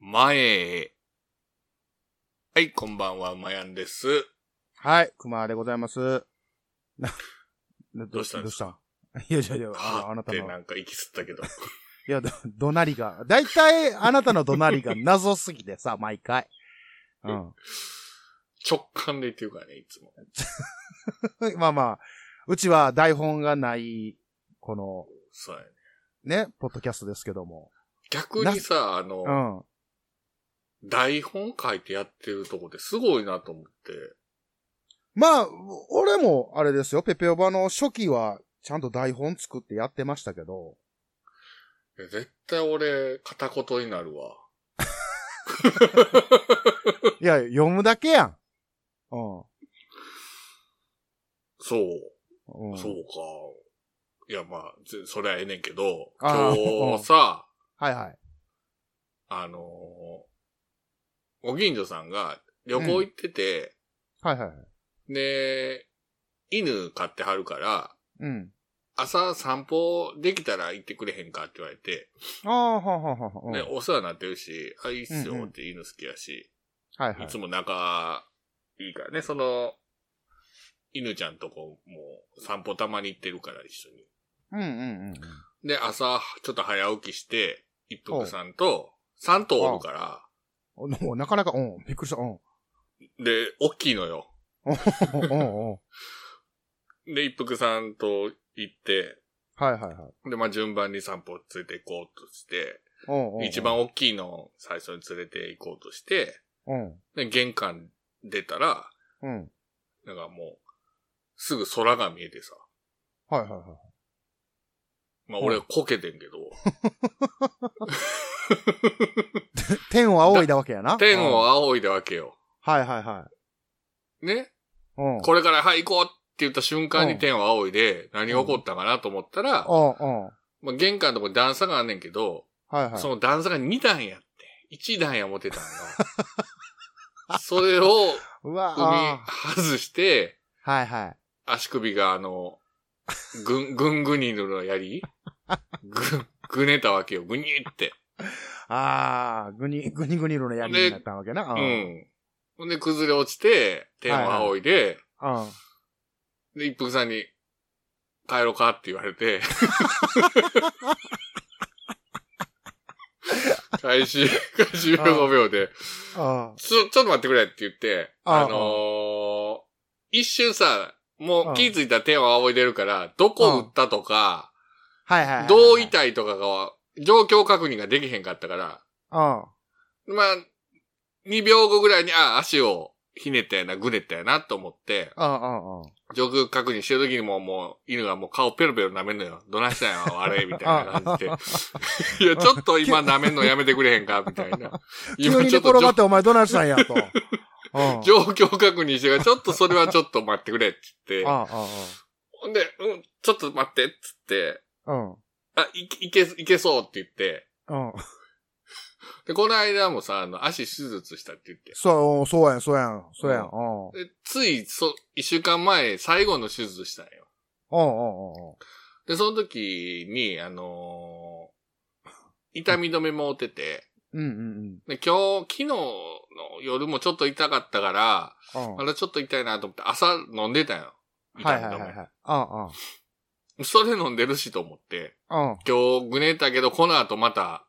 前へ。はい、こんばんは、まやんです。はい、熊でございます。ななどうしたんどでうすした いやいやいや、あはのああなったての、なんか息吸ったけど。 いや、ど怒鳴りが、だいたいあなたの怒鳴りが 謎すぎてさ、毎回。うん。 直感で言っていうからね、いつも。まあまあ、うちは台本がない、この、そうやね。ね、ポッドキャストですけども。逆にさ、あの、うん。台本書いてやってるとこってすごいなと思って。まあ、俺も、あれですよ、ペペオバの初期は、ちゃんと台本作ってやってましたけ ど、いや絶対俺、片言になるわ。いや、読むだけやん。うん。そう、うん、そうか。いや、まあ、ぜそれはええねんけど、あ今ー日さ、はいはい。あのーご近所さんが旅行行ってて、はいはいはい。で、犬飼ってはるから、うん。朝散歩できたら行ってくれへんかって言われて、ああ、はあはあはあ。うんね、お世話になってるし、あ、いいっすようんうんって犬好きやし、はいいはいつ。も仲いいからね、その、犬ちゃんとこも散歩たまに行ってるから一緒に。うんうんうん。で、朝、ちょっと早起きして、一服さんと、三頭おるから、おおなかなか、うん、びっくりした、うん。で、大きいのよ。うんうんうん。で、一服さんと行って、はいはいはい。で、まあ、順番に散歩連れて行こうとして、うんうん。一。番大きいのを最初に連れて行こうとして、うん。で、玄関出たら、うん。なんかもう、すぐ空が見えてさ。はいはいはい。まあ、うん俺はこけてんけど、天を仰いだわけやな。天をうん仰いだわけよ。はいはいはねい。うん。これから、はい、行こうって言った瞬間うにん天を仰いで、何が起こったかなと思ったら、うんうん。まあ、玄関のとこに段差があんねんけど、はいはい。その段差が2段やって、1段や持てたん よ。それを、うわ踏あみ外して、ーはいはい。足首があの、ぐん、ぐんぐにのの槍ぐ、ぐねたわけよ、ぐにって。ああ、ぐに、ぐにぐにろの槍になったわけな。う。うんほんで、崩れ落ちて、天を仰いで、うん。で、一服さんに、帰ろうかって言われ て。開始、開始15秒で、あちょ、ちょっと待ってくれって言って、あああのー一瞬さ、もあうあ気づいたら手を仰いでるから、どこ打ったとか、はいはいはい。どういた痛いとかが、状況確認ができへんかったから、うん。まあ、2秒後ぐらいに、あ、足をひねったやな、ぐねったやなと思って、うんうんうん。上空確認してる時にももう、犬がもう顔ペロペロ舐めんのよ。どないしたんやろ、あれみたいな感じ で。いや、ちょっと今舐めんのやめてくれへんかみたいな。急に今ち寝ょっと転がってお前どないしたんや と。うん。状況確認してから、ちょっとそれはちょっと待ってくれって言って。ああ、ほんで、うん、ちょっと待ってって言って、うん。うん。あ、いいけ、いけそうって言って。うん。で、この間もさ、あの、足手術したって言って。そう、そうやん、そうやん、そうやん。うん。でつい、そ、一週間前、最後の手術したんよ。うんうんうんうん。で、その時に、あのー痛み止めも打てて、うんうんで、今日、昨日の夜もちょっと痛かったから、うん。あれちょっと痛いなと思って朝飲んでたよ。痛はいみは止いめはいはい。あそれ飲んでるしと思って、あ、うん。今日ぐねったけど、この後また、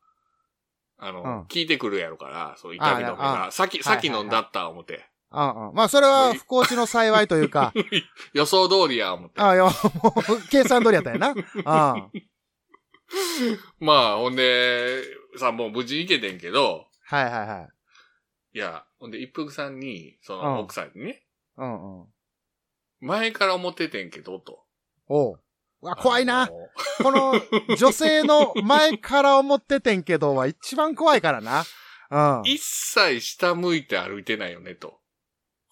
あの、うん効いてくるやろから、そう痛み止あめいやが。さっき、さっき飲んだった思って。うんうん。まあ、それは不幸中の幸いという か、予想通りや思って。ああ、いや、もう、計算通りやったんやな。うん。まあ、ほんで、さ、もう無事行けてんけど、はいはいはい。いや、ほんで一服さんに、そうのん奥さんにね、うんうん。前から思っててんけど、と。おう。うわ、怖いあな。のこの、女性の前から思っててんけどは一番怖いからな。うん。はあ一切下向いて歩いてないよね、と。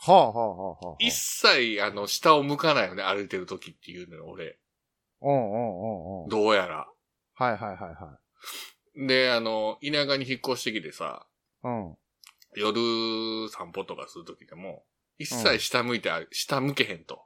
はあはあはあはあ。一切、あの、下を向かないよね、歩いてる時っていうのよ、俺。うんうんうんうん。どうやら。はいはいはいはで、あの、田舎に引っ越してきてさ、い。うん。夜散歩とかする時でも、一切下向いて歩、下向けへんと。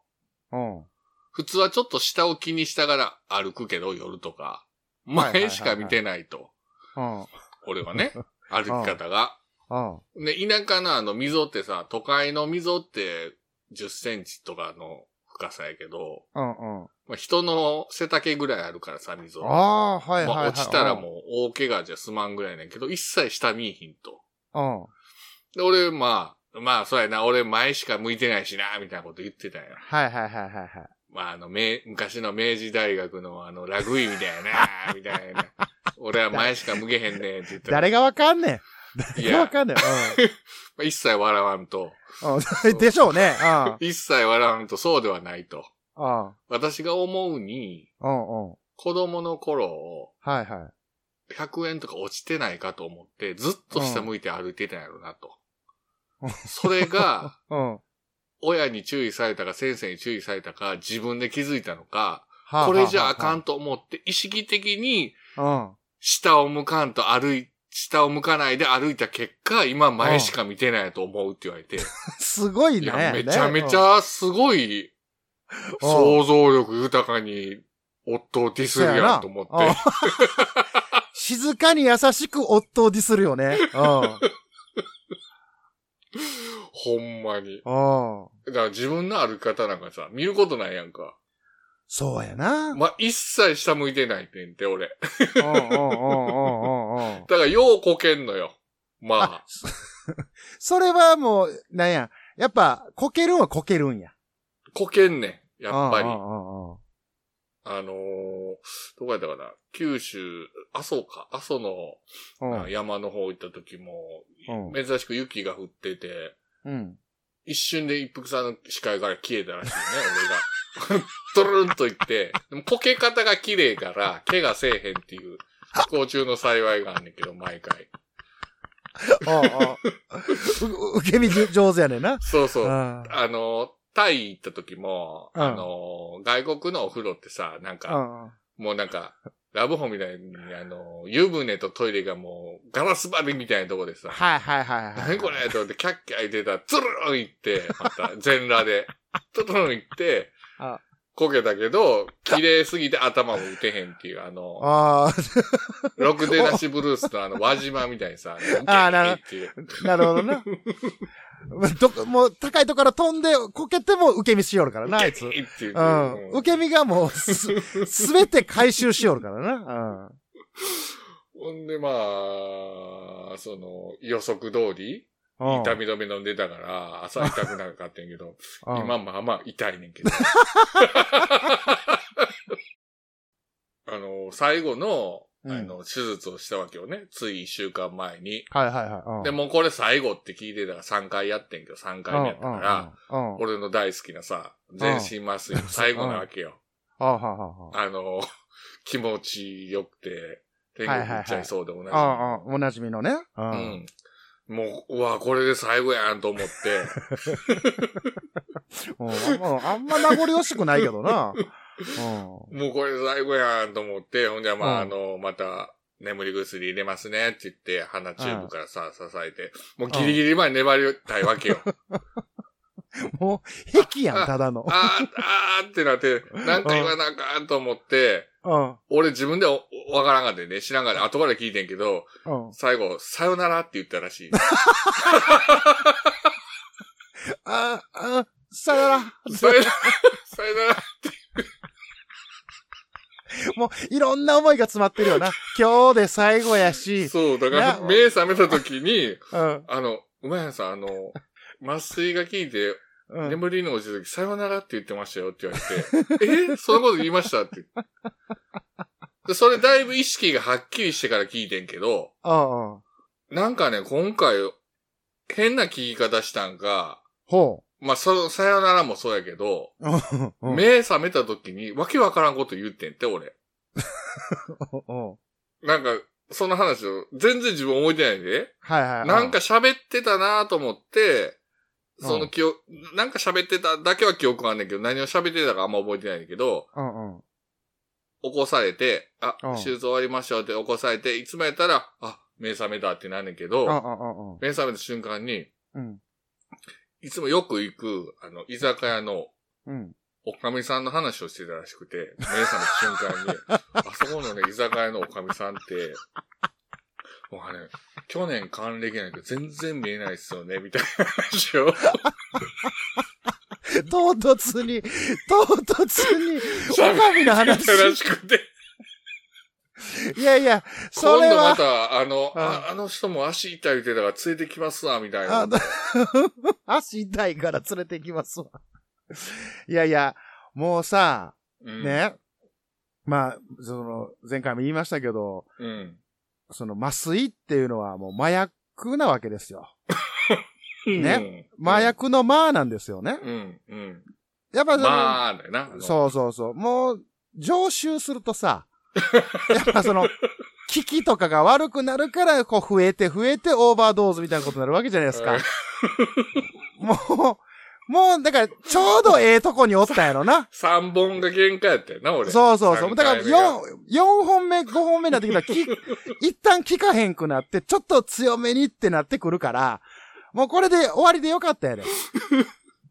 うん。普通はちょっと下を気にしながら歩くけど、夜とか。はいはいはいはい前しか見てないと。うん。 俺はね。歩き方が。あね、田舎のあの溝ってさ、都会の溝って10センチとかの深さやけど、あ、うんうん。まあ、人の背丈ぐらいあるからさ、溝。ああー、はいはいまはい。あ、落ちたらもう大怪我じゃ済まんぐらいねんけど、一切下見えひんと。うん。うん。で、俺、まあ、まあ、そうやな、俺前しか向いてないしな、みたいなこと言ってたんや。はいはいはいはいはい。まあ、あの、明昔の明治大学のあの、ラグイみたいや な、みたいな。俺は前しか向けへんねんって言ったら、誰がわかんねん。 誰いがわや、まかんねん。あ一切笑わんと、 うん。うん、でしょうね。一切笑わんとそうではないと。うん。うん。私が思うに、うんうん。子供の頃、はいはい。 100円とか落ちてないかと思って、ずっと下向いて歩いてたんやろなと。それが、うん。は親に注意されたか、先生に注意されたか、自分で気づいたのか、あこれじゃあかん。と思って、意識的には下を向かんと歩い、下を向かないで歩いた結果、今前しか見てないと思うって言われあて、うん。 すごいいね。や、めちゃめちね。ゃすごい、想像力豊かに、夫をディスるやんと思っそうやてな。静かに優しく夫をディスるよね。うほんまん。に。うん。だから自分の歩き方なんかさ、見ることないやんか。そうやな。うんまあ、一切下向いてないってんて、俺。うんうんうんうんうん。だから、ようこけんのよ。まあ、それはもう、なんや。やっぱ、こけるんはこけるんや。こけんねん。やっぱり。うあんうんうんうんのー、どこやったかな。九州、阿蘇か。阿蘇のうん。山の方行った時も、う珍しく雪が降ってて、うん。一瞬で一服さんの視界から消えたらしいね、俺が。 トゥルンと行って、でもこけ方が綺麗から、怪我せえへんっていう、不幸中の幸いがあんねんけど、毎回。ああ。う受け身上手やねんな。そうそうう。ん。あの、タイ行った時も、うんあの、外国のお風呂ってさ、なんうか、んうん。もうなんか、ラブホみたいに、あの、湯船とトイレがもう、ガラス張りみたいなとこでさ、はいはいはいはい。何これと思って、キャッキャ言ってたら、ツルーン行って、また、全裸で、ツルーン行ってあ、こけたけど、綺麗すぎて頭も打てへんっていう、あの、あろくでなしブルースのあの、輪島みたいにさ、あーなるほど。あ、なるほどな。 どこもう高いとこから飛んで、こけても受け身しよるからな、あいつ。いっていううんん。受け身がもうす、 すべて回収しよるからな。ほんで、まあ、その、予測通り、うん。痛み止め飲んでたから、朝痛くなかってんけど、 うん。今まあまあ痛いね んけど。あの、最後の、あうんの、手術をしたわけよね。つい一週間前に。はいはいはい。うんで、、もうこれ最後って聞いてたら3回やってんけど、3回目やったから、うんうんうん。俺の大好きなさ、全身麻酔の最後なわけよ。あはははあの、 気持ちよくて、天はいはい国はい行っちゃいそうで同じみの。ああ、おなじみのね。う。うんん。もう、うわ、これで最後やんと思って、 うんあんまあんま名残惜しくないけどな。うん。もうこれで最後やんと思って、ほんじゃ、まあ、あうんの、また、眠り薬入れますねって言って、鼻チューブからさ、支えて、もうギリギリまで粘りたいわけよ。もう、壁やん、ただの。あー、あーってなって、なんか言わなあかんと思って、うん。俺俺自分でおわからんかってね、知らんかって、後から聞いてんけど、うん。最後、さよならって言ったらしい。 あ、あ、さよなら。さよなら、さよなら、もう、いろんな思いが詰まってる よな。今日で最後やし。そう、だから、な目覚めた時に、うん。あの、梅原さん、あの、麻酔が効いて、うん。眠りの落ちた時、さよならって言ってましたよって言われて、 えそのこと言いましたって。で、それだいぶ意識がはっきりしてから聞いてんけど、うんうん。なんかね、今回、変な聞き方したんか、ほまあ、その、さよならもそうやけど、う。うんうん。目覚めた時に、わけわからんこと言ってんって、俺。うんうんなんか、その話を、全然自分覚えてないんで、はいはい。なんか、喋ってたなと思って、その記憶、なんか喋ってただけは記憶があんねんけど、何を喋ってたかあんま覚えてないんだけど、うんうん。起こされて、あ、うん手術終わりましたって起こされて、いつもやったら、あ、目覚めたってなんねんけうんうど、んうんうん。目覚めた瞬間に、うん。いつもよく行く、あの、居酒屋の、うん。おかみさんの話をしてたらし くて、目覚めた瞬間に、あそこのね、居酒屋のおかみさんって、もうあれ、去年還暦なんか全然見えないっすよね、みたいな話を。唐突に、唐突に、おかみの話。 らしくて。いやいや、そ今れ度まは、た、あの、うああの人も足痛いって言ってたから連れてきますわ、みたいあな。だ 足痛いから連れてきますわ。いやいや、もうさ、うん。ね、まあ、その、前回も言いましたけど、うん。その麻酔っていうのはもう麻薬なわけですよ。ねうん。麻薬の麻なんですよね。うん。うん。やっぱその、まあ、だよな。。そうそうそう。もう、常習するとさ、やっぱその、効きとかが悪くなるから、こう増えて増えてオーバードーズみたいなことになるわけじゃないですか。もう、もう、だから、ちょうどええとこにおったんやろな三本が限界やったよな、俺。そうそうそう。三だから回目が4、四本目、5本目になってきたら、 き一旦効かへんくなって、ちょっと強めにってなってくるから、もうこれで終わりでよかったやで。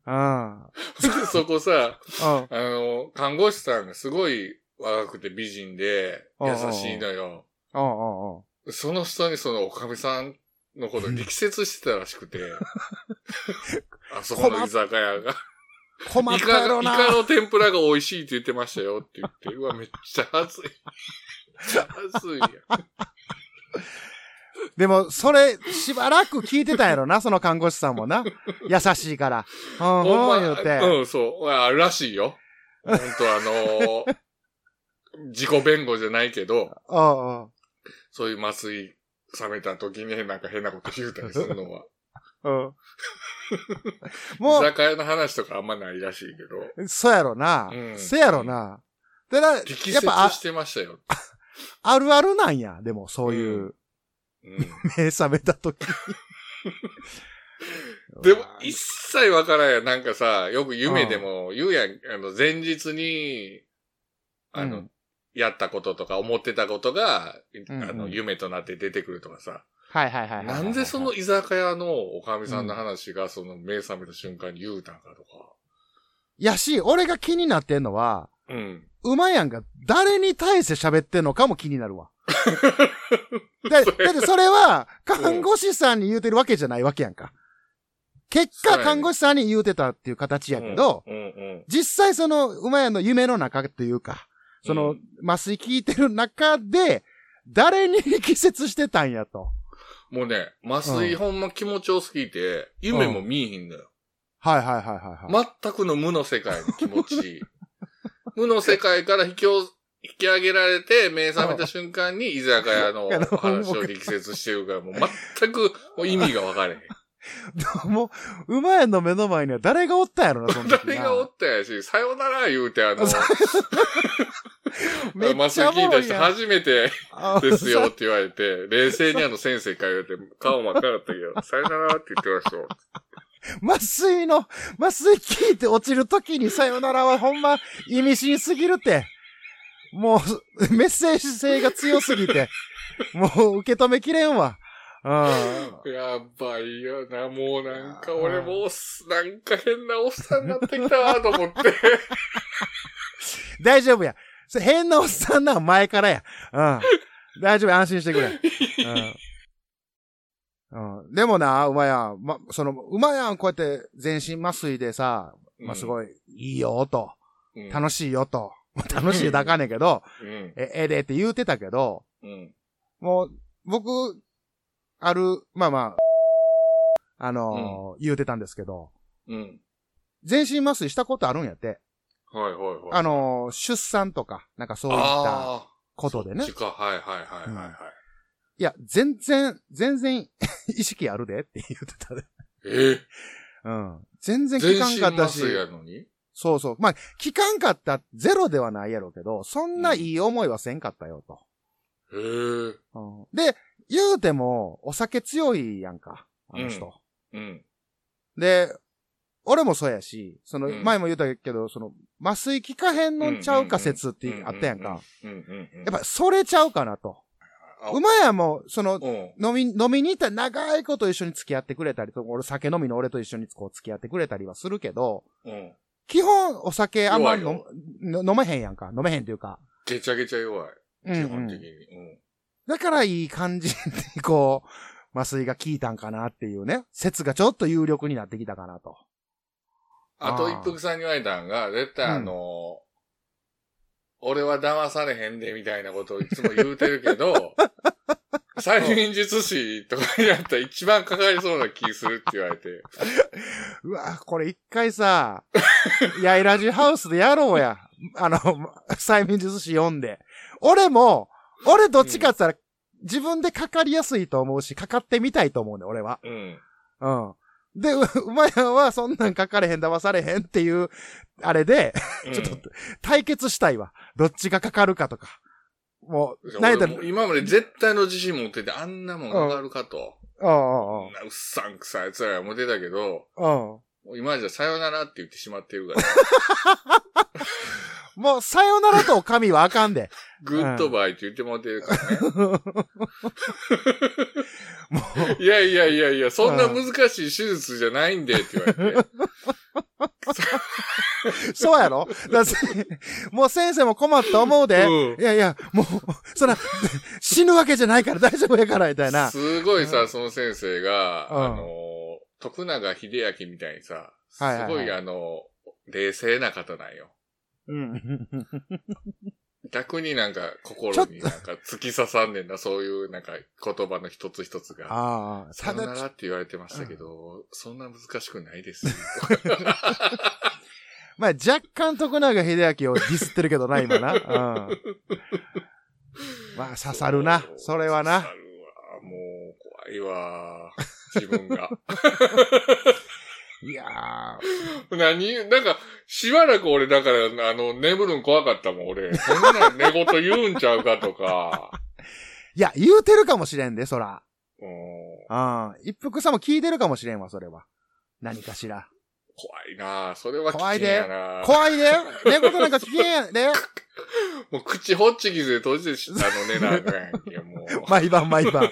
うん。うん。 そこさ、あの、看護師さんがすごい若くて美人で、うんうんうん優しいのよ。うんうんうん。その人にその、おかみさん のこと力説してたらしくて。あそこの居酒屋が。困っイたやカろが、イな。カの天ぷらが美味しいって言ってましたよって言って、うわ、めっちゃ熱い。めっちゃ熱いやん。でも、それ、しばらく聞いてたんやろな、その看護師さんもな。優しいから。うん、うん、言うて。うん、そう。あらしいよ。本当 あのー自己弁護じゃないけど、うん、うん。そういう麻酔冷めた時になんか変なこと言うたりするのは。うん。 も居酒屋の話とかあんまないらしいけど、う、そうやろな。うんそうやろな。でな、やっ力説ぱあ、してましたよ。あるあるなんや。でも、そういう、うん、目覚めた時。 でも、一切わからんやん。なんかさ、よく夢でも言うやん。あの、前日に、あの、うんやったこととか思ってたことが、あうんうの、ん夢となって出てくるとかさ。はいはいはいはいはい。なんでその居酒屋のおかみさんの話がその目覚めた瞬間に言うたんかとか。やし、俺が気になってんのは、うん。馬やんが誰に対して喋ってんのかも気になる わ。だだってそれは、看護師さんに言うてるわけじゃないわけやんか。結そうや果、ね看護師さんに言うてたっていう形やけど、うんうん。実際その、馬やんの夢の中というか、その、うん麻酔聞いてる中で、誰に 力説してたんやと。もうね、麻酔うんほんま気持ちよすぎて、夢も見えひんのよ。はいはいはいはい、はい。全くの無の世界の気持ち。 無の世界から引きょ引き上げられて、目覚めた瞬間に居酒 屋のお話を力説してるから、もう全くもう意味が分 かれへん。もう、馬やんの目の前には誰がおったんやろな、その時な 誰がおったやし、さよなら言うて、あの、そ めっ麻ち酔ゃおも聞いろたい人やん初めて、あですよって言われて、冷静にあの先生から言われて、顔真っ赤だったけ ど、さよならって言ってましたよ。麻酔の、麻酔効いて落ちるときにさよならはほんま意味深すぎるって。もう、メッセージ性が強すぎ て。もう受け止めきれんわ。うん。やばいよな、もうなんか俺もうす、なんか変なおっさんになってきたわと思って。大丈夫や。それ変なおっさんな前からや。うん。大丈夫や、安心してくれ。うん。うん、でもな、馬やん。ま、その、馬やん、こうやって全身麻酔でさ、 まあ、すい。ごい、いいよ、と。うん、楽しいよ、 と。楽しいだかんねんけど、うん。え、ええでって言うてたけど、うん。もう、僕、ある、まあまあ、あのー言うてたんですけど、うん。全身麻酔したことあるんやって。はいはいはい。あのー出産とか、なんかそういったあことでーねそっち。かはいはいはいはいはい。いや、全然、全然 意識あるでって言うてたで。えうん。全然効全かん身かった麻し。酔やのにそうそう。まあ、効かんかった、ゼロではないやろうけど、そんないい思いはせんかったよと。へえ。うん、で、言うても、お酒強いやんか、あの人。ううん。で、俺もそうやし、その、うん前も言ったけど、その、麻酔効かへんのんちゃうか説ってあったやんか。。うんうんうん。やっぱ、それちゃうかなと。あ馬やも、その、うん。飲み、飲みに行った長いこと一緒に付き合ってくれたりとか、俺酒飲みの俺と一緒にこう付き合ってくれたりはするけど、うん。基本お酒あんまり弱い飲飲めへんやんか。飲めへんというか。げちゃげちゃ弱い。う基ん、う本的ん。に。だからいい感じに、こう、麻酔が効いたんかなっていうね、説がちょっと有力になってきたかなと。あと一服さんに言われたんが、絶対あの、俺は騙されへんで、みたいなことをいつも言うてるけ ど、催眠術師とかになったら一番かかりそうな気するって言われて。うわ、これ一回 さ、やいラジハウスでやろうや。あの、催眠術師読んで。俺も、俺どっちかって言ったら、自分でかかりやすいと思うし、かかってみたいと思うね、俺は。うん。うん。で、う、うまやんはそんなんかかれへん、騙されへんっていう、あれで、うんちょっと、対決したいわ。どっちがかかるかとか。もう、俺泣いたら、も今まで絶対の自信持ってて、あんなもんかかるかと。うんこんなうっさんくさい奴らが思ってたけど、うんうん。もう今じゃさよならって言ってしまってるから、もう、さよならとおかみはあかんで。グッドバイって言ってもらってるからね。もう、いやいやいやいや、そんな難しい手術じゃないんでって言われて。そうやろだせもう先生も困った思うで。うんいやいや、もう、そんな、死ぬわけじゃないから大丈夫やから、みたいな。すごいさ、その先生が、うんあの、徳永秀明みたいにさ、すはいはいはいごいあの、冷静な方なんよ。うん。逆になんかちょ心っとになんか突き刺さんねんな、そういうなんか言葉の一つ一つが。ああ、さたよなだ、らって言われてましたけど、そんな難しくないですよ。まあ、若干徳永秀明をディスってるけどな、今な。うん。まあ、刺さるな。それは刺さな。るわ。もう、怖いわ。自分が。 いや何なんか、しばらく俺、だから、あの、眠るん怖かったもん、俺。そんな寝言言うんちゃうかとか。 いや、言うてるかもしれんで、そら。うん、うん。一服さんも聞いてるかもしれんわ、それは。何かしら。怖いなあそれは危怖い険でやなあ怖いで寝言なんか聞けんやで。もう口ホッチキスで閉じてしあのね、なんかやんけ、も う。毎晩毎晩。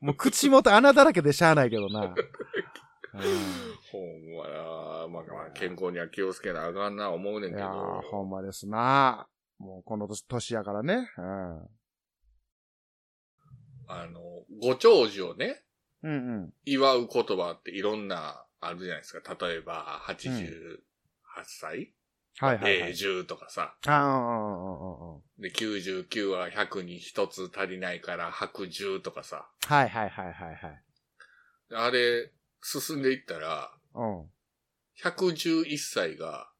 もう口元穴だらけでしゃあないけどな。ほんまなあまあまあ、健康には気をつけなあかんな思うねうんん、いけやー、ど。ほんまですな。もうこの年年やからね。うん。あの、ご長寿をね、うんうん。祝う言葉っていろんな、あるじゃないですか。例えば、88歳、はいはい、はえい。ー、10とかさ。あーうんうんうんうんうん。で、99は100に1つ足りないから、白10とかさ。はいはいはいはいはい。あれ、進んでいったら、うん。 111歳が、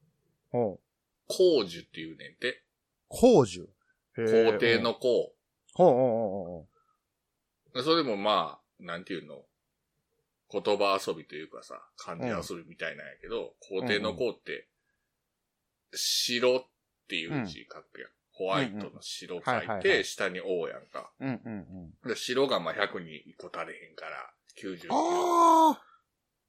ほう。皇樹っていうねんて。工事。皇帝うん。の皇。ほうほうほうほそれもまあ、なんていうの言葉遊びというかさ、漢字遊びみたいなんやけど、皇帝の皇って、白っていう字書くやん。ホワイトの白書うんうんはいいはいはて、い下に王やんか。う。うんうんうん。で白がまあ100に1個足れへんから、99。ああ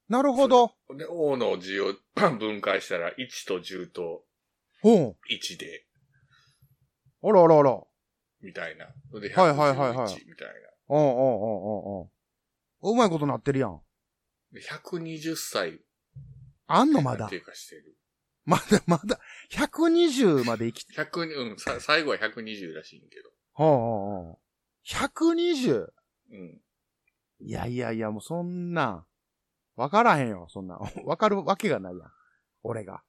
なるほど。で、王の字を 分解したら、1と10とほ1で、う。あらあらあら。みたいな。で、はいはいはいはい111みたいおうんうんうんうんうん。うまいことなってるやん。な。で120歳。あんのまだって。いうかしてる。まだまだ。120まで生きて。 100に、うん、さ最後は120らしいんけ ほうほうほう。120? ど。うん。いやいやいや、もうそんな。わからへんよ、そんな。 わかるわけがないやん。俺が。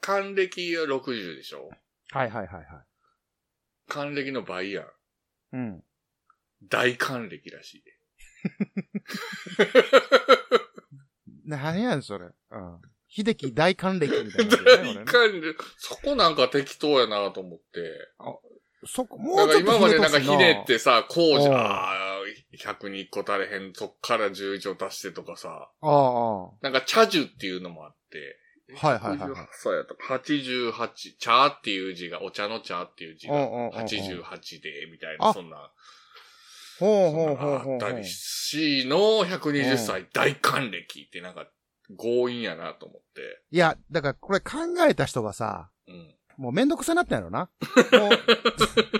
還暦は60でしょはいはいはいはい。還暦の倍やん。うん。大還暦らしいで。何やねん、それ。うん。秀樹大還暦みたいなこと ね、俺ね大還暦、そこなんか適当やなと思って。そこ、もなうんちかょっと今までなんかひひねねっ。てさ、こうじうんゃ、100に1個足れへん、そっから11を足してとかさ。ああああ。なんか、茶樹っていうのもあって。はいはいはいはい88そうやった。88、茶っていう字が、お茶の茶っていう字が、うんうんうんうん88で、みたいな、あそんな、ほうそんほなうほうほのあうほう。ったりし、の120歳大還暦ってなんか、強引やなと思って。いや、だからこれ考えた人がさ、うん。もうめんどくさなったんやろな。も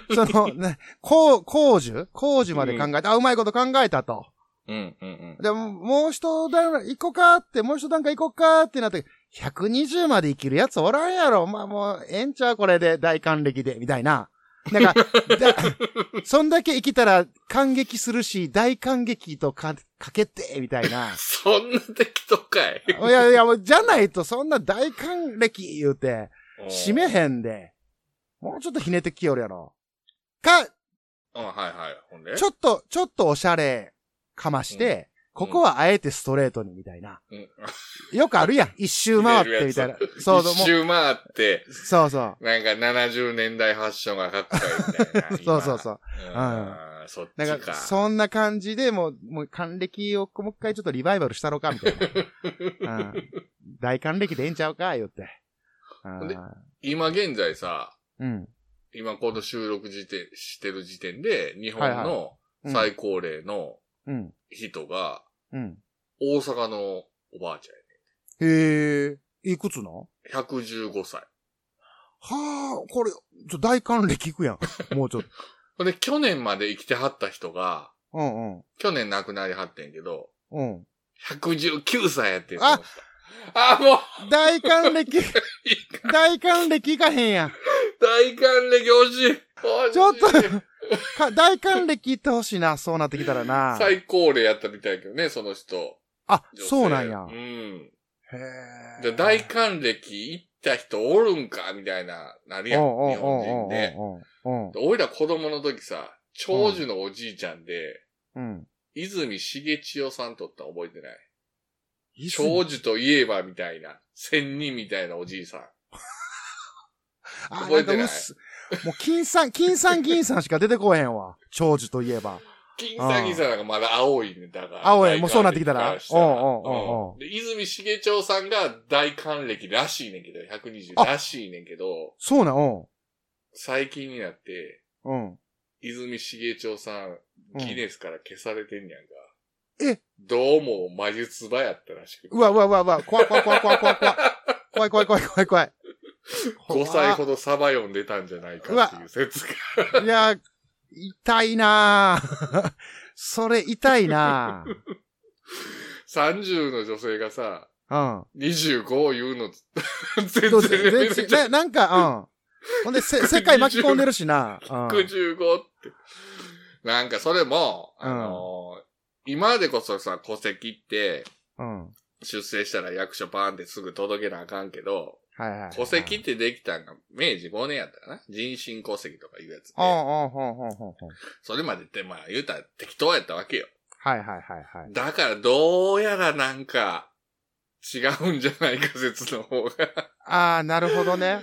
う その、ね、こう、工事工事まで考えた、あ、うまいこと考えたと。うん、うん、うん。。でも、もう一段階行こうかって、もう一段階行こうかってなって、120まで生きるやつおらんやろ。まあもう、ええんちゃうこれで、大還暦で、みたいな。なんか、だそんだけ生きたら感激するし、大感激とかかけて、みたいなそんな適当かい。いやいや、もうじゃないとそんな大感激言うて、締めへんで。もうちょっとひねってきよるやろ。か、うん、はいはい。ほんでちょっと、ちょっとおしゃれかまして、うんここはあえてストレートにみたいな。うんよくあるやん。一周回ってみたいな。そうそう、一も周回って、う、そうそう。なんか70年代ファッションがかっこいいみたいな。。そうそうそうう。うん。そっちなんか。か、そんな感じでもう、もう、還暦をもう一回ちょっとリバイバルしたろか、みたい な。うん、大還暦でええんちゃうか、言って。うんで今現在さ、うん。今この収録時点、してる時点で、日本はいのうん最高齢のうん。人が、うん。大阪のおばあちへえ、いくつのゃん。115歳。はあ、これ、ちょ、大還暦いくやん。もうちょっと。ほんで、去年まで生きてはった人が、うんうん。去年亡くなりはってんけど、うん。 119歳やってる。ああ、もう、大還 暦、大還暦いかへんやん。大還暦欲しい。欲しいちょっと、か大還暦いってほしいな、そうなってきたらな。最高齢やったみたいけどね、その人。あ、女性そうなんやう。ん。へえ。で大還暦行った人おるんかみたいな、なるやん。日おうおうおう本人で。おうおうおうでおいら子供の時さ、長寿のおじいちゃんで、うん。泉重千代さんとったの覚えてないいつ長寿といえばみたいな、千人みたいなおじいさん。あ覚えてないんかうっすもう、金さん、金さん銀さんしか出てこへんわ。長寿といえば。金詐欺さんなんかまだ青いね、だから。青いもうそうなってきたら大還暦からしたらおうおうおうおううんで、泉重長さんが大還暦らしいねんけど、120あらしいねんけど、そうなん、うん。最近になって、うん。泉重長さん、うんギネスから消されてんやんか。えどうも魔術場やったらしくて。うわうわうわうわ、怖い怖い怖い怖い怖い怖い。怖い怖い怖い怖い怖い。 5歳ほどサバ読んでたんじゃないかっていう説が。 いや、痛いなぁ。それ痛いな30の女性がさ、ぁ。 25を言 うの、うん。ど全うせ然レベ全ル然じゃな、なんか、うん。ほんで、 せ、世界巻き込んでるしなうん。 115って。なんかそれも、うんあのー今までこそさ、戸籍って、うん。出生したら役所パーンってすぐ届けなあかんけど、はいはいはい。戸籍ってできたんが明治5年やったかな人身戸籍とかいうやつうんうんで。うんうんうんうん。それまでってまあ言うたら適当やったわけよ。はいはいはいはい。だからどうやらなんか違うんじゃないか説の方が。 ああ、なるほどね。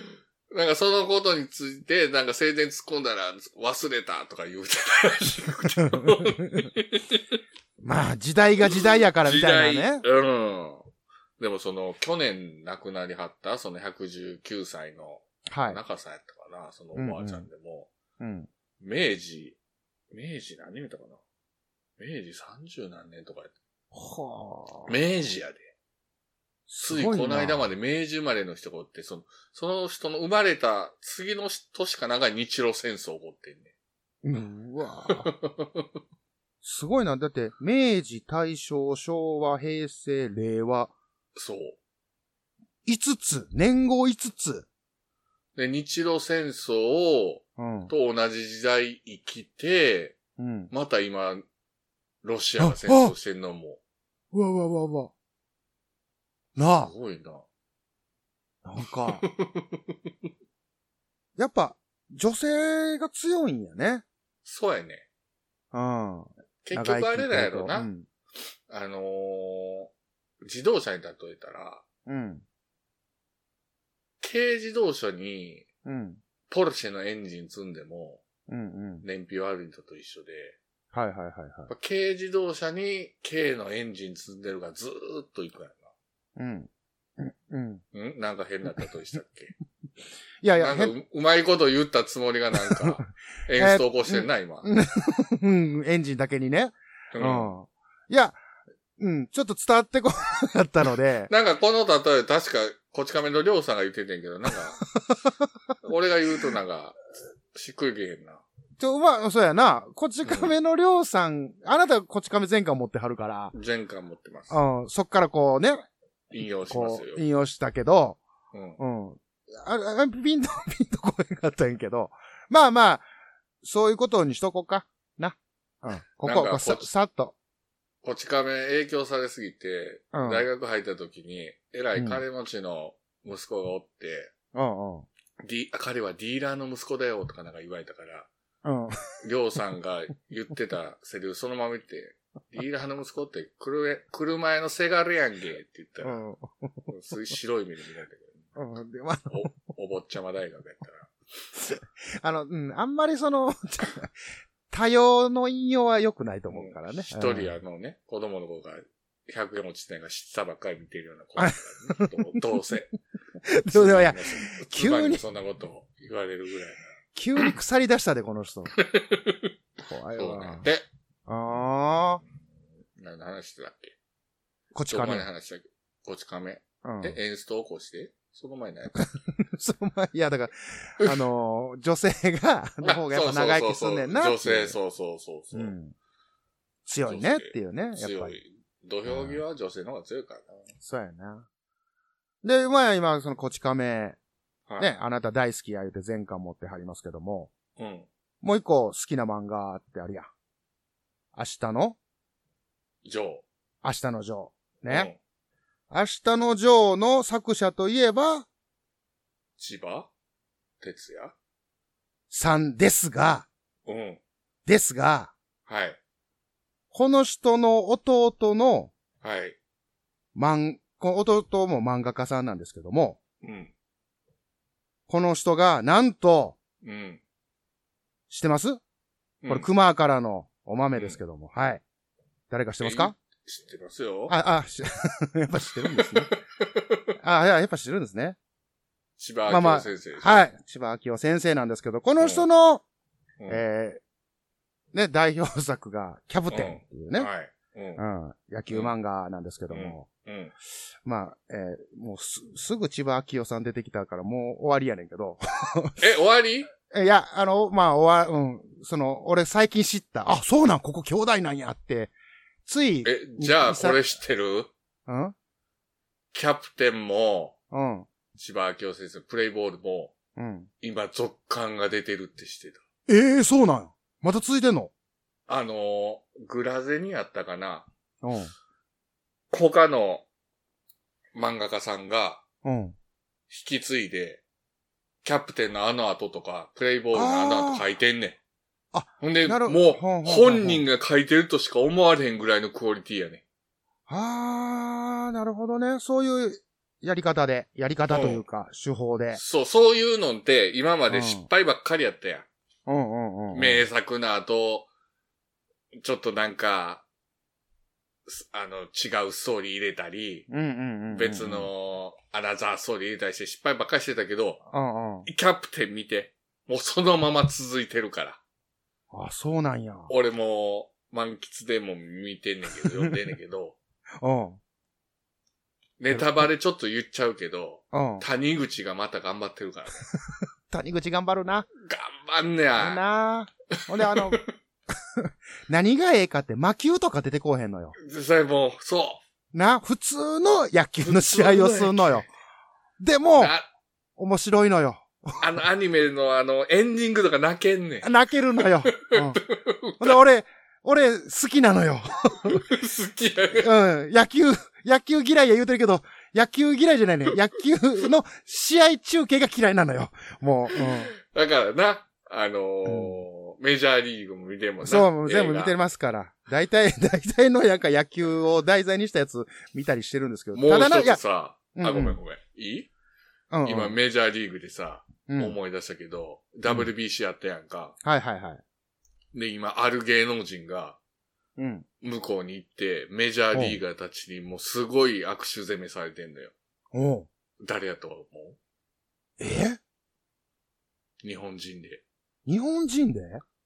なんかそのことについて、なんか生前突っ込んだら忘れたとか言うてたらしくてまあ、時代が時代やからみたいなね時。代うん。でもその、去年亡くなりはった、その119歳のはい。中さんやったかな、そのおばあちゃんでも、うん。明治、明治何年やったかな明治三十何年とかやった。はあ。明治やで。ついこの間まで。で明治生まれの人がおって、その、その人の生まれた次の年かなんか日露戦争起こってんね。うんうわぁすごいな。だって、明治、大正、昭和、平成、令和、そう。 5つ、年号5つ。で、日露戦争を、うん。と同じ時代生きて、うん。また今、ロシアが戦争してんのも、うわうわうわうわ。なすごいな。あ、なん か。やっぱ、女性が強いんやね。そうやね。うん。結局あれだやろな。うん。あのー、自動車に例えたら、うん。軽自動車にうん。ポルシェのエンジン積んでもうん。うん。燃費悪いのと一緒で、はいはいはいはい。やっぱ軽自動車に軽のエンジン積んでるからずーっと行くやうん。うん。んな。んなんか変な例えしたっけいやいなや、んか変、ううまいこと言ったつもりがなんか、 演出起こしてんな、今。うんうん、エンジンだけにね。ううん、ん。いや、うん、ちょっと伝わってこなかったので なんかこの例え、確か、こち亀のりょうさんが言っててんけ ど、なんか、俺が言うとなんか、しっくりけへんな。ちょ、まあ、そうやな。こち亀のりょうさん、あなたこち亀全巻持ってはるから、全巻持ってます。うん、そっからこうね、引用しまこすよう、。引用したけど、うん うん。あれ、あれピンと、ピンとこへんかったんやけど、まあまあ、そういうことにしとこうか。な。うん。こなんこ、かこうさこ、さっと。こち亀影響されすぎて、うん。大学入った時に、えらい金持ちの息子がおって、うんうん。 D- 彼はディーラーの息子だよとかなんか言われたから、うん。りょうさんが言ってたセリフそのまま見て、ディーラーの息子って車へ、車屋のせがれやんけって言ったうら、ん。す白い目で見られたけうん。で、まあ、ど、お坊 ちゃま大学やったら。あの、うん。あんまりその、 多様の引用は良くないと思うからね。一人あのね、子供の子が100円落ちてないが知ったばっかり見てるような子 だからね、どうどうせ。どうでもいや、急に。急にそんなことを言われるぐらい急に腐り出したで、この 人。怖いな。そうなわん。で、ああ。何の話してたっけこっちちょか前のね。話したっけこち亀。うん。え、演出投稿してその前何やった その前、いや、だから、あのー女性 が、の方がやっぱ長生きすんねんなっていう。女性、そうそうそうそうう。ん。強いねっていうね、やっ強ぱり。い。土俵際は女性の方が強いからそうやな。で、まあ今、その、こち亀、な。はいね、。あなた大好きや言うて全巻持ってはりますけども、うん。もう一個好きな漫画ってあるやん。明日のジョー。明日のジョー。ね。明日のジョーの作者といえば、千葉哲也さんですが、うん。ですが、はい。この人の弟のはい。漫、この弟も漫画家さんなんですけども、うん。この人が、なんと、うん。知ってますここれ、熊からのお豆ですけども、はい。誰か知ってますか知ってますよ。あ、あ、し やっぱ知ってるん ですね。あ、いややっぱ知ってるんですね。千葉まあま明あ先生。はい。千葉明夫先生なんですけど、この人の、うんえー、ね、代表作が、キャプテンっていうね、はい。うんう。ん、野球漫画なんですけども、うん。まあ、えー、もうす、すぐ千葉明夫さん出てきたからもう終わりやねんけど、え、終わりいや、あの、まあ、終わ、うん、その、俺最近知った、あ、そうなん、ここ兄弟なんやって、つい、え、じゃあ、これ知ってるうんキャプテンも、うん、千葉明夫先生、プレイボールも、うん。今、続刊が出てるって知ってた。ええそうなんやまた続いてんのあのー、グラゼにあったかなうん、他の漫画家さんがうん。引き継いで、キャプテンのあの後とか、プレイボールのあの後書いてんねん。あほんで、なるもうほんほんほん、ほん本人が書いてるとしか思われへんぐらいのクオリティやね。あー、なるほどね。そういうやり方で、やり方というか、手法で。そう、そういうのって、今まで失敗ばっかりやったやん。うんうんうん。名作の後、ちょっとなんか、すあの、違うストーリー入れたり、うんうんうんうん。別。のアナザーストーリー入れたりして失敗ばっかりしてたけど、うんうん。キャプテン見て、もうそのまま続いてるから。あ、そうなんや。俺も、満喫でも見てんねんけ ど、読んでんねんけど、うん。ネタバレちょっと言っちゃうけど、うん。谷口がまた頑張ってるからね。谷口頑張るな。頑張んねあや。なほんで、あ の、何がええかって魔球とか出てこうへんのよ。それもう、そな、普通の野球の試合をするのよ。でもう。、な面白いのよ。あの、アニメのあの、エンディングとか泣けんねん。泣けるのよ。うん、ほんで、俺、俺、好きなの よ。好きやね。うん、野球、野球嫌いや言うてるけど、野球嫌いじゃないね。野球の試合中継が嫌いなのよ。もう、う だからな、あのーメジャーリーグも見てん。もなそう、全部見て。映ますから。大体、 大体のなんか野球を題材にしたやつ見たりしてるんですけど。画もうただな、い一やつ、さ、うんあ、うんごめんごめん。いい、うんうん今、メジャーリーグでさ、うん、思い出したけど、WBC やったやんか。はいはいはい。で、今、ある芸能人が、うん。向こうに行って、メジャーリーガーたちにもうすごい握手攻めされてんのよ。おう誰やとは思うえ日本人で。日本人で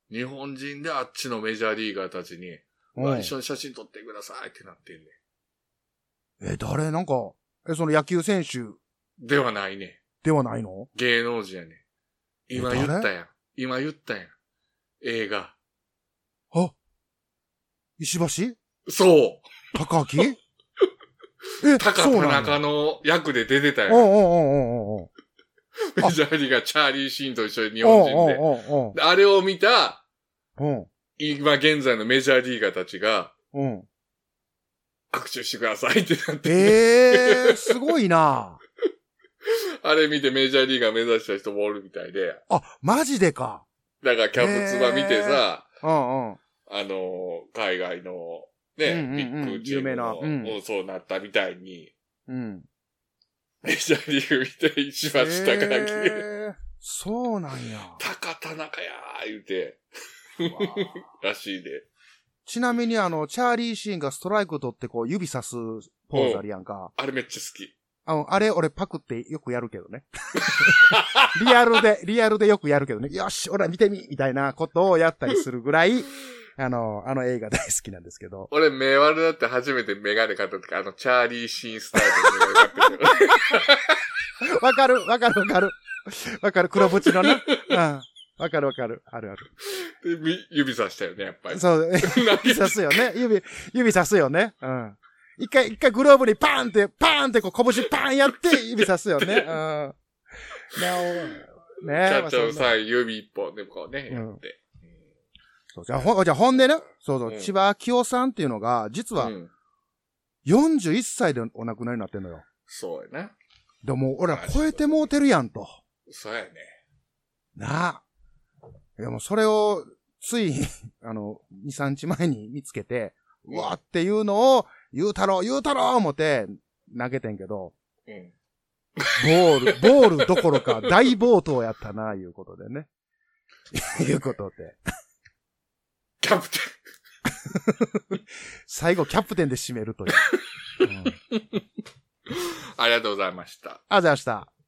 日本人であっちのメジャーリーガーたちに、うん一緒に写真撮ってくださいってなってんねえ、誰なんか、え、その野球選手ん。ではないねん。ではないの芸能人やねん。今言ったやん。今言ったやん。映画。あ石橋そう高木え高そうな田 んだ中の役で出てたやん。おうおうおうおうおうメジャーリーガー、チャーリー・シーンと一緒に日うんう本ん人で。うんであれを見た、うん。今現在のメジャーリーガーたちが、うん。うん。握手してくださいってなって、ええー、 すごいなあれ見てメジャーリーガー目指した人もおるみたいで、あ、マジでか。だからキャプツバ見てさ、うんうん。あのー海外の、ね、うんうんうんビッグチー有名ムの、なうんうんそうなったみたいに、うん。メジャーリーグ見てしましたから、えーそうなん や。高田中やー言うて、うわーらしいで。ちなみにあの、チャーリーシーンがストライク取ってこう指さすポーズあるやんか。あれめっちゃ好き。あの、あれ俺パクってよくやるけどね。 リアルで、リアルでよくやるけどね。よし、俺ら見てみみたいなことをやったりするぐらい、 あの、あの映画大好きなんですけど。俺、メワルだって初めてメガネ買った時、あの、チャーリー・シーンスタイルのメガネ買ってたよわかる、わかる、わかる。わかる、黒縁のね。うん。わかる、わかる。あるある。でみ指さしたよね、やっぱり。そう、指さすよね。指、指さすよね。うん。一回、一回グローブにパーンって、パーンってこう拳パーンやって指さすよね。うん。なお、ねちえゃまあんちそゃんんなさん指一本でこうね、うんやって。そうじゃあ、ほん、じゃあ本でね、そうそう、うん千葉清さんっていうのが、実はうん41歳でお亡くなりになってんのよ。そうやな。でも、俺は超えてもうてるやんと。そうやね。なあ。いや、もうそれを、つい、 あの、2、3日前に見つけて、うわーっていうのを、言うたろう、言うたろう思って、投げてんけど、うん。ボール、 ボールどころか、大暴投やったな、いうことでね。 いうことで。キャプテ最後、キャプテンで締めるという。うん、ン、ありがとうございました。あ、じゃあ明日。